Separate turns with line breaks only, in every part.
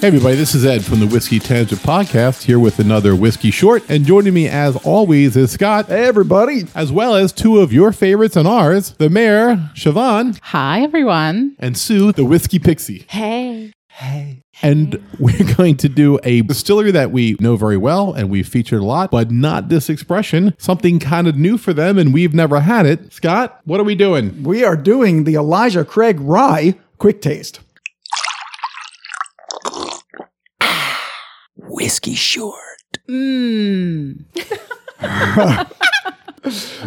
Hey, everybody, this is Ed from the Whiskey Tangent Podcast here with another Whiskey Short. And joining me, as always, is Scott,
Hey, everybody.
as well as two of your favorites and ours, the mayor, Siobhan,
Hi, everyone.
and Sue, the Whiskey Pixie.
Hey.
And we're going to do a distillery that we know very well and we've featured a lot, but not this expression, something kind of new for them and we've never had it. Scott, what are we doing?
We are doing the Elijah Craig Rye Quick Taste.
Whiskey Short.
Mmm.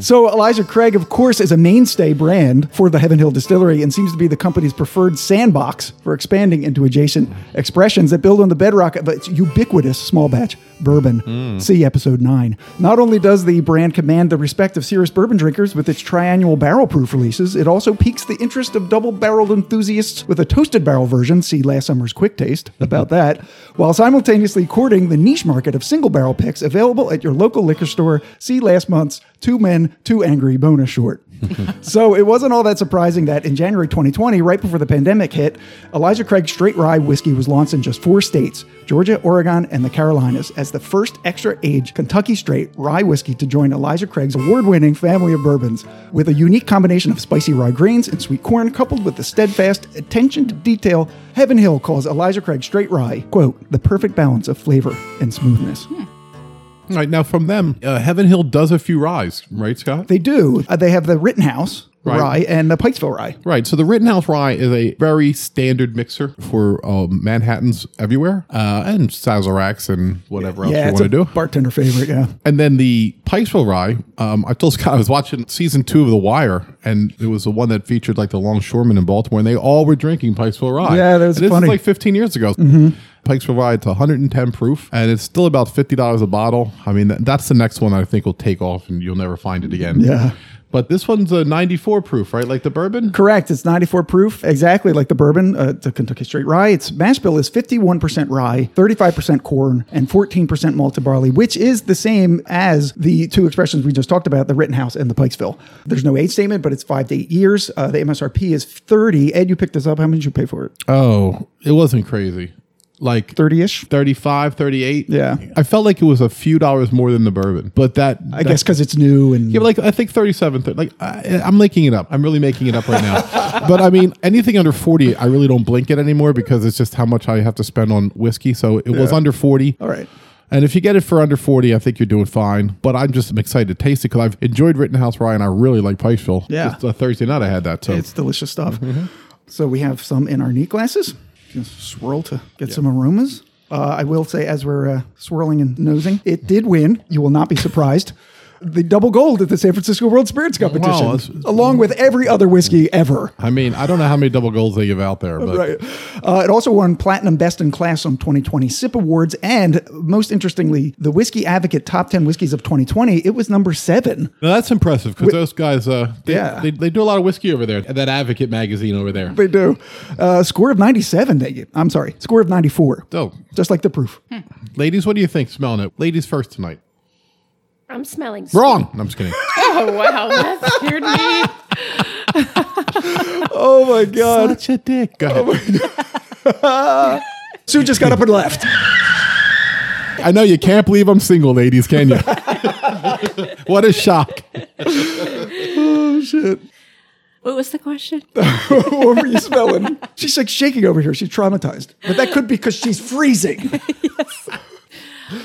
So, Elijah Craig, of course, is a mainstay brand for the Heaven Hill Distillery and seems to be the company's preferred sandbox for expanding into adjacent expressions that build on the bedrock of its ubiquitous small batch bourbon. See episode 9. Not only does the brand command the respect of serious bourbon drinkers with its triannual barrel proof releases, it also piques the interest of double barreled enthusiasts with a toasted barrel version. See last summer's Quick Taste about that, while simultaneously courting the niche market of single barrel picks available at your local liquor store. See last month's Two Men, Two Angry bonus short. so it wasn't all that surprising that in January 2020, right before the pandemic hit, Elijah Craig Straight Rye whiskey was launched in just four states Georgia, Oregon, and the Carolinas as the first extra age Kentucky Straight Rye whiskey to join Elijah Craig's award winning family of bourbons. With a unique combination of spicy rye grains and sweet corn, coupled with the steadfast attention to detail, Heaven Hill calls Elijah Craig Straight Rye, quote, the perfect balance of flavor and smoothness.
All right, now from them, uh, Heaven Hill does a few ryes, right, Scott?
They do. Uh, they have the Rittenhouse
Right.
rye and the Pikesville rye.
Right. So the Rittenhouse Rye is a very standard mixer for um, Manhattans everywhere uh, and Sazeracs and whatever else
yeah,
you
it's
want to
a
do.
bartender favorite. Yeah,
and then the Pikesville Rye, um, I told Scott I was watching season two of The Wire, and it was the one that featured like the longshoremen in Baltimore, and they all were drinking Pikesville Rye.
Yeah, that was
And this
funny. Mm-hmm.
is like 15 years ago. Pikesville Rye, it's 110 proof, and it's still about $50 a bottle. I mean, that, that's the next one I think will take off, and you'll never find it again.
Yeah.
But this one's a 94 proof, right? Like the bourbon?
correct. It's 94 proof, exactly like the bourbon, uh, the Kentucky Straight Rye. Its mash bill is 51% rye, 35% corn, and 14% malted barley, which is the same as the two expressions we just talked about, the Rittenhouse and the Pikesville. There's no age statement, but it's five to eight years. Uh, the MSRP is 30. Ed, you picked this up. How much did you pay for it?
Oh, it wasn't crazy. Like
30 ish.
35, 38.
Yeah.
I felt like it was a few dollars more than the bourbon, but that
I guess because it's new and
Yeah, but like I think 37, thir- like I, I'm making it up. I'm really making it up right now. but I mean, anything under 40, I really don't blink it anymore because it's just how much I have to spend on whiskey. So it was under 40.
all right.
And if you get it for under 40, I think you're doing fine. But I'm just excited to taste it because I've enjoyed Rittenhouse Rye and I really like Pikesville.
Yeah.
Just a Thursday night I had that. So
It's Mm-hmm. delicious stuff. So we have some in our neat glasses. Just swirl to get some aromas. Uh, I will say, as we're uh, swirling and nosing, it did win. You will not be surprised. The double gold at the San Francisco World Spirits Competition,
Wow, that's-
along with every other whiskey ever.
I mean, I don't know how many double goals they give out there, but
Right. Uh, it also won Platinum Best in Class on 2020 SIP Awards. And most interestingly, the Whiskey Advocate Top 10 Whiskeys of 2020, it was number seven.
No, that's impressive because those guys, uh, they,
Yeah.
they, they do a lot of whiskey over there. That Advocate magazine over there.
They do. Uh, score of 97, they get. I'm sorry, score of 94.
So,
Just like the proof.
ladies, what do you think smelling it? Ladies first tonight.
I'm smelling sweet.
Wrong. No, I'm just kidding.
Oh, wow. That scared me.
Oh my God.
Such a dick. Go ahead.
Sue just got up and left.
I know you can't believe I'm single, ladies, can you? what a shock.
Oh,
What was the question?
what were you smelling? She's like shaking over here. She's traumatized. But that could be because she's freezing.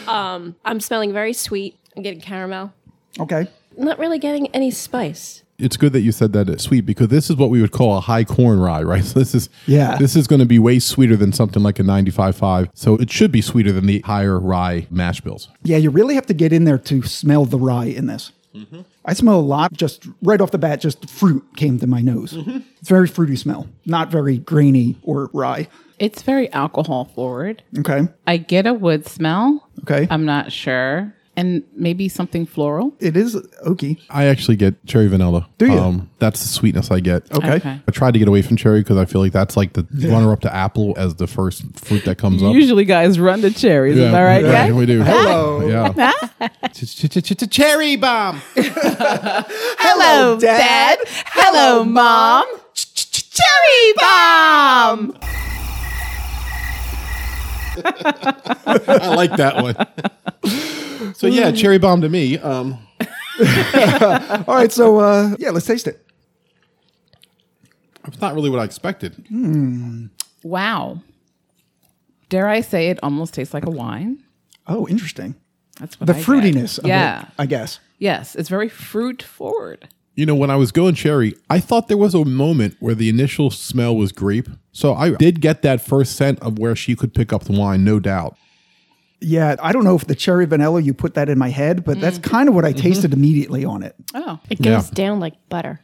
I'm smelling very sweet. I'm getting caramel.
Okay.
Not really getting any spice.
It's good that you said that it's sweet because this is what we would call a high corn rye, right? So this is
Yeah.
This is going to be way sweeter than something like a 95.5. So it should be sweeter than the higher rye mash bills.
Yeah, you really have to get in there to smell the rye in this. I smell a lot just right off the bat, just fruit came to my nose. It's very fruity smell, not very grainy or rye.
It's very alcohol forward.
Okay.
I get a wood smell.
Okay.
I'm not sure. And maybe something floral.
it is oaky.
I actually get cherry vanilla. Do
you?
that's the sweetness I get.
Okay.
Okay.
I tried to get away from cherry because I feel like that's like the runner up to apple as the first fruit that comes up.
Usually, guys run to cherries. Is that right,
yeah,
guys?
we do. Hello. Yeah. Cherry bomb.
Hello, Dad. Hello, Mom. Cherry bomb.
I like that one. So yeah, cherry bomb to me. Um,
All right, so uh, yeah, let's taste it.
it's not really what I expected.
Wow. Dare I say it almost tastes like a wine?
Oh, interesting.
That's what
The
I get.
fruitiness of
yeah.
it, I guess.
Yes, it's very fruit forward.
You know, when I was going cherry, I thought there was a moment where the initial smell was grape. So I did get that first scent of where she could pick up the wine, no doubt.
Yeah, I don't know if the cherry vanilla you put that in my head, but
Mm.
that's kind of what I
Mm-hmm.
tasted immediately on it.
Oh,
It
Yeah.
goes down like butter.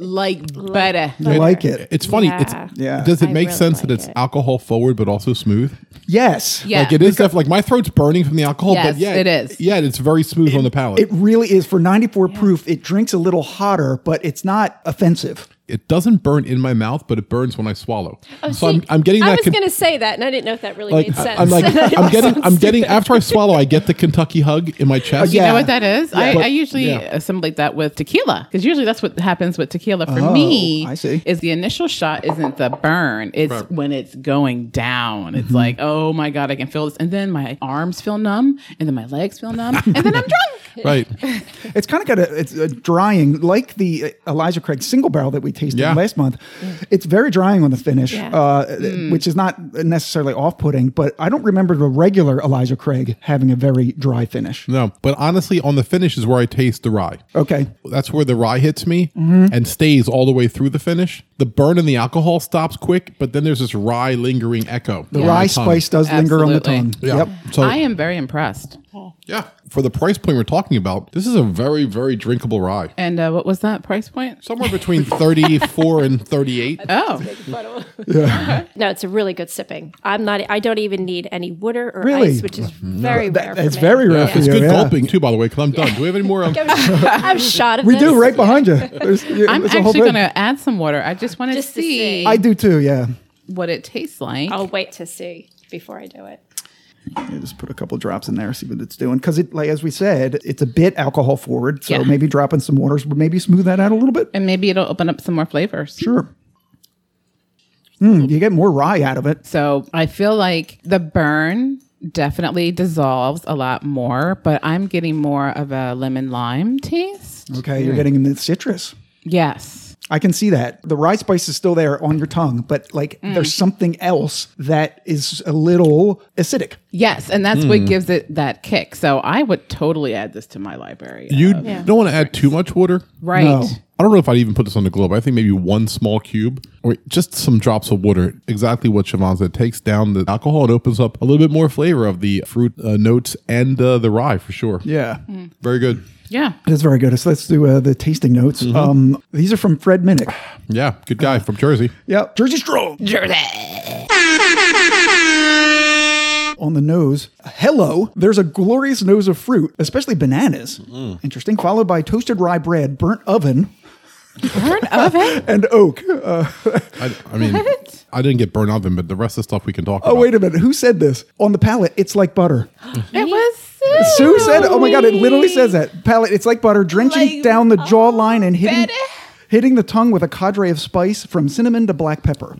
like butter.
I like it.
It's funny.
Yeah.
It's,
Yeah.
Does it
I
make
really
sense that
like
it's
it.
alcohol forward but also smooth?
Yes.
Yeah.
Like it is definitely like my throat's burning from the alcohol, but
Yes,
yeah,
it is.
Yeah, it's very smooth on the palate. It,
It really is for 94 proof. It drinks a little hotter, but it's not offensive.
doesn't burn in my mouth, but it burns when I swallow. so I'm,
Oh, See,
I'm getting
I
that.
was
con-
going to say that, and I didn't know if that really
like
made sense.
I'm like I'm getting I'm
Sounds
getting after I swallow, I get the Kentucky hug in my chest.
yeah.
You know what that is? I,
But-
I usually
yeah.
assimilate that with tequila because usually that's what happens with tequila for me.
Oh, I see.
Is the initial shot isn't the burn? It's when it's going down.
Mm-hmm.
It's like, oh my god, I can feel this, and then my arms feel numb, and then my legs feel numb, and then I'm drunk.
Right.
It's kind of got a, it's a drying, like the uh, Elijah Craig single barrel that we tasted
Yeah.
last month. It's very drying on the finish,
Yeah. Mm.
uh, which is not necessarily off putting, but I don't remember the regular Elijah Craig having a very dry finish.
No, but honestly, on the finish is where I taste the rye.
Okay. Mm-hmm.
That's where the rye hits me and stays all the way through the finish. The burn and the alcohol stops quick, but then there's this rye lingering echo.
The rye spice does linger on the
Absolutely.
tongue.
Yeah.
Yep.
So
I am very impressed.
yeah, for the price point we're talking about, this is a very very drinkable rye.
And uh, what was that price point?
Somewhere between 34 and 38.
Oh,
no, it's a really good sipping. I'm not. I don't even need any water or
Really?
ice, which is very rare. for
It's
me.
very rare for
It's
you.
good
yeah.
gulping too, by the way, because I'm done. Do we have any more? Um,
I'm shot at
We
this.
do right behind you. There's, you
I'm
there's a whole
actually
bit.
going to add some water. I just want to
Just to
see
see.
I do too. Yeah.
what it tastes like.
I'll wait to see before I do it.
Yeah, just put a couple drops in there, see what it's doing. Because it, like as we said, it's a bit alcohol forward. So
Yeah.
maybe dropping some waters would maybe smooth that out a little bit.
and maybe it'll open up some more flavors.
Sure. Mm, you get more rye out of it.
So I feel like the burn definitely dissolves a lot more, but I'm getting more of a lemon lime taste.
Okay, you're getting in the citrus.
Yes.
I can see that the rye spice is still there on your tongue, but like
Mm.
there's something else that is a little acidic.
Yes. And that's
Hmm.
what gives it that kick. So I would totally add this to my library.
you
Uh,
don't want to add too much water.
right.
No.
I don't know if I'd even put this on the globe. I think maybe one small cube or just some drops of water. Exactly what Siobhan said. Takes down the alcohol and opens up a little bit more flavor of the fruit uh, notes and uh, the rye for sure.
Yeah,
Very good.
Yeah.
that's very good. So let's do uh, the tasting notes. Um, these are from Fred Minnick.
Yeah. Good guy from Jersey.
Yeah, Jersey Strong. On the nose, hello, there's a glorious nose of fruit, especially bananas. Interesting. Followed by toasted rye bread, burnt oven,
Burn oven?
and oak. Uh,
I, I mean, I didn't get burnt oven, but the rest of the stuff we can talk
oh,
about.
wait a minute. Who said this? On the palate, it's like butter.
It was Sue.
Sue said, oh my God, it literally says that. Palate, it's like butter, drenching
Like-
down the jawline and hitting.
Betty.
Hitting the tongue with a cadre of spice from cinnamon to black pepper.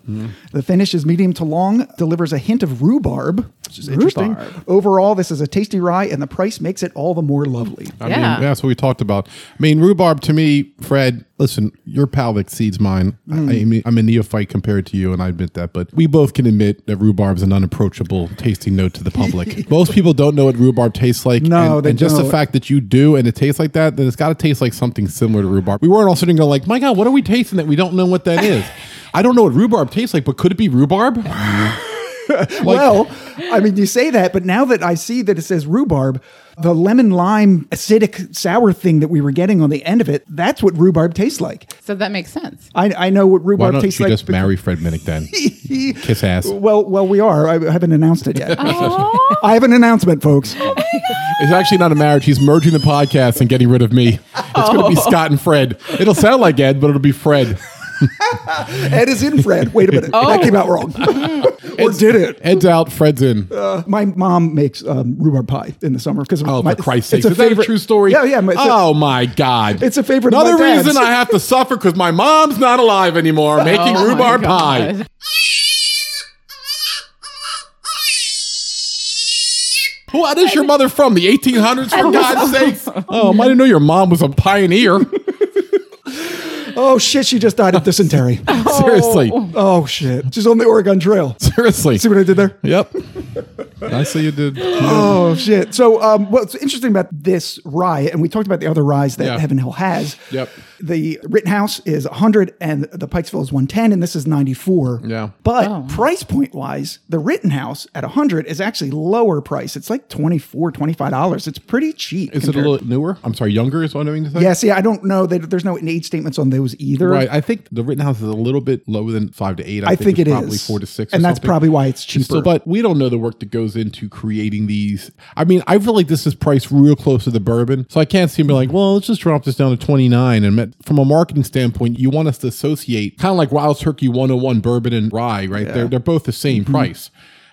The finish is medium to long, delivers a hint of rhubarb, which is interesting.
Rhubarb.
Overall, this is a tasty rye, and the price makes it all the more lovely.
I mean,
Yeah.
that's what we talked about. I mean, rhubarb to me, Fred, listen, your palate exceeds mine. I,
Mm.
I mean, I'm a neophyte compared to you, and I admit that, but we both can admit that rhubarb's an unapproachable tasting note to the public. Most people don't know what rhubarb tastes like.
No,
and,
they
and just the
don't.
fact that you do and it tastes like that, then it's got to taste like something similar to rhubarb. We weren't all sitting there like, my God, what are we tasting that we don't know what that is? I don't know what rhubarb tastes like, but could it be rhubarb? Like-
well, I mean, you say that, but now that I see that it says rhubarb, the lemon lime acidic sour thing that we were getting on the end of it, that's what rhubarb tastes like.
So that makes sense.
I, I know what
why
rhubarb
don't you
tastes like.
just
because-
marry Fred Minnick then? Kiss ass.
well, well, we are. I haven't announced it yet.
Oh,
I have an announcement, folks.
It's actually not a marriage. He's merging the podcast and getting rid of me. It's going to
Oh.
be Scott and Fred. It'll sound like Ed, but it'll be Fred.
Ed is in Fred. Wait a minute. That came out wrong. or did it? Uh,
Ed's out, Fred's in.
My mom makes um, rhubarb pie in the summer because
oh,
my,
for Christ's
it's
sake. Is that a true story?
Yeah, yeah. my- it's a-
oh, my God.
It's a favorite of
Another
my dad's. Oh
reason I have to suffer because my mom's not alive anymore making
my
rhubarb
God.
pie. What is your mother from? The 1800s, for God's sakes? Oh, I didn't know your mom was a pioneer.
Oh shit, she just died of dysentery.
seriously,
oh shit. She's on the Oregon Trail.
seriously.
See what I did there?
Yep. I see you did.
Oh shit! So, um, what's interesting about this riot, and we talked about the other rise that
Yeah.
Heaven Hill has.
Yep.
The Rittenhouse is 100, and the Pikesville is 110, and this is 94.
Yeah.
But price point wise, the Rittenhouse at 100 is actually lower price. It's like 24 25 dollars. It's pretty cheap.
Is it a
compared-
little newer? I'm sorry, younger is what I mean to say?
Yeah. See, I don't know. They, there's no age statements on those either.
Right. I think the Rittenhouse is a little bit lower than five to eight.
I, think,
it's
it is
probably four to six. or
and that's
something.
probably why it's cheaper.
So, but we don't know the work that goes into creating these. I mean, I feel like this is priced real close to the bourbon, so I can't see him be like, "Well, let's just drop this down to twenty nine. And met- from a marketing standpoint, you want us to associate kind of like Wild Turkey one hundred and one bourbon and rye, right? They're they're both the same price.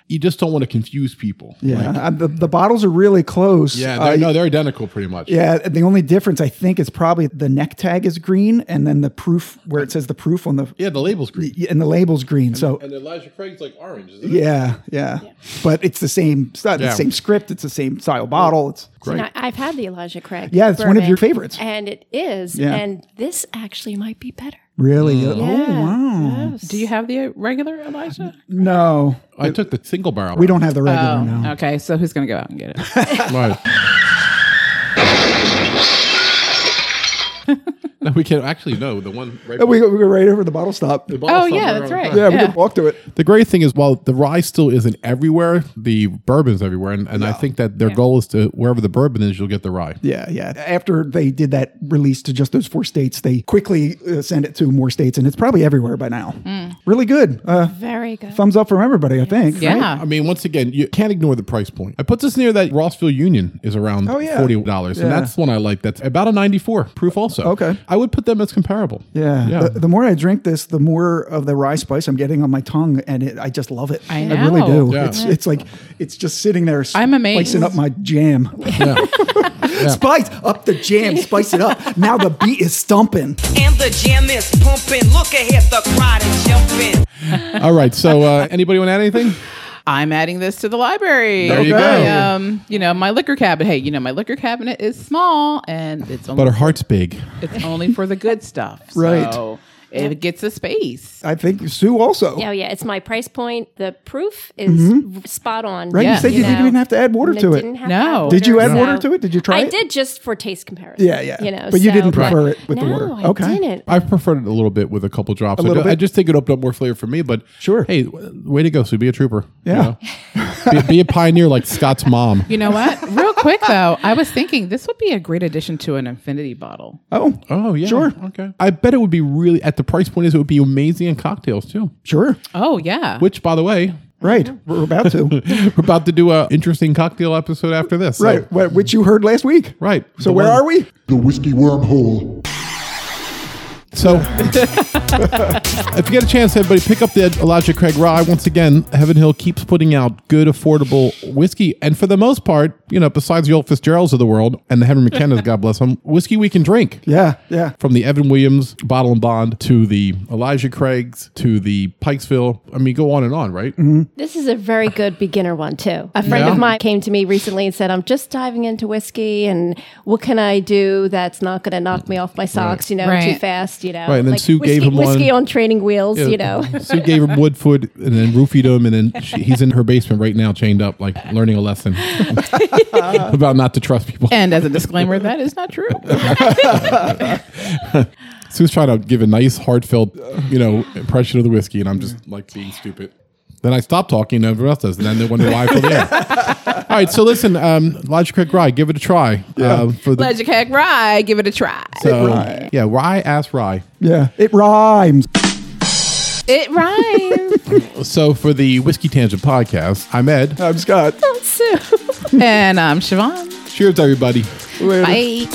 You just don't want to confuse people.
Mm-hmm. yeah, uh, the, the bottles are really close.
Yeah,
Uh,
they're, no, they're identical pretty much.
Yeah, the only difference I think is probably the neck tag is green, and then the proof where it says the proof on the
yeah, the label's green.
yeah, and the label's green. So
And Elijah Craig's like orange. Isn't it?
yeah, yeah, but it's the same stuff,
Yeah.
the same script, it's the same style bottle. It's
Great.
And I, I've had the Elijah Craig.
Yeah, it's one of your favorites.
And it is.
Yeah.
And this actually might be better.
really
Mm.
Yeah.
oh wow.
Yes.
Do you have the regular Elijah?
No,
I took the single barrel.
we don't have the regular now.
Okay, so who's gonna go out and get it?
Right. no, we can actually no. The one right.
We go, we go right over the bottle stop.
Oh, yeah, that's right.
Yeah, we
Yeah.
can walk to it.
The great thing is, while the rye still isn't everywhere, the bourbon's everywhere, and, and I think that their goal is to wherever the bourbon is, you'll get the rye.
Yeah, yeah. After they did that release to just those four states, they quickly uh, sent it to more states, and it's probably everywhere by now. Really good. Uh,
Very good.
thumbs up from everybody, I think. right?
yeah.
I mean, once again, you can't ignore the price point. I put this near that Rossville Union is around
Oh, yeah.
forty dollars, and
Yeah.
that's one I like. That's about a ninety-four proof. Also,
Okay.
I would put them as comparable.
Yeah.
yeah.
The, the more I drink this, the more of the rye spice I'm getting on my tongue, and it, I just love it.
I
really
know.
do.
Yeah.
It's, it's like it's just sitting there. s-
I'm amazed.
Spicing up my jam. spice up the jam. Spice it up. Now the beat is stumping.
And the jam is pumping. Look ahead, the crowd is jumping.
All right. So, uh, anybody want to add anything?
I'm adding this to the library.
There you
I,
go.
um, you know, my liquor cabinet. Hey, you know, my liquor cabinet is small and it's only
But her heart's big.
it's only for the good stuff.
Right.
So it gets a space.
I think Sue also.
Oh yeah, it's my price point. The proof is spot on.
Mm-hmm. Right? You
Yeah.
said you,
You
didn't
know,
even have to add water
I
to
didn't
it.
have to add
No.
Did you add
so-
water to it? Did you try
I
it?
did just for taste comparison.
Yeah, yeah.
You know,
But you
so-
didn't prefer it with
no,
the water.
I
okay. Uh,
didn't.
I've preferred it a little bit with a couple drops.
little
I, I
bit?
just think it opened up more flavor for me. But
Sure.
hey, w- way to go, Sue. Be a trooper. you
Yeah.
know? be, be a pioneer like Scott's mom.
You know what? Real quick though, I was thinking this would be a great addition to an infinity bottle.
Oh,
Oh yeah,
Sure.
okay. I bet it would be really at the price point is it would be amazing in cocktails too.
sure.
Oh yeah.
Which, by the way,
Right. We're about to.
we're about to do a interesting cocktail episode after this. so-
right. wh- Which you heard last week.
right.
So where are we?
The whiskey wormhole.
So, if you get a chance, everybody, pick up the Elijah Craig Rye. Once again, Heaven Hill keeps putting out good, affordable whiskey. And for the most part, you know, besides the old Fitzgeralds of the world and the Henry McKenna's, God bless them, whiskey we can drink.
Yeah. Yeah.
From the Evan Williams Bottle and Bond to the Elijah Craig's to the Pikesville. I mean, go on and on, right?
This is a very good beginner one too. A friend
Yeah.
of mine came to me recently and said, "I'm just diving into whiskey, and what can I do that's not going to knock me off my socks? You know,
Right.
too fast. You know,
Right, and then Sue
whiskey,
gave him
whiskey
one.
on training wheels. You know,
Sue gave him Woodford and then roofied him, and then she, he's in her basement right now, chained up, like learning a lesson about not to trust people.
And as a disclaimer, that is not true.
Sue's trying to give a nice, heartfelt, you know, impression of the whiskey, and I'm just like being stupid. Then I stop talking, and everyone else does, and then they wonder why I feel there. All right, so listen, um, Logic Craig Rye, give it a try. Uh, for the,
Magic Hack Rye, give it a try.
so, Yeah, Rye ass Rye.
Yeah. It rhymes.
It rhymes.
So for the Whiskey Tangent podcast, I'm Ed.
I'm Scott.
and um Siobhan.
Cheers, everybody.
Bye.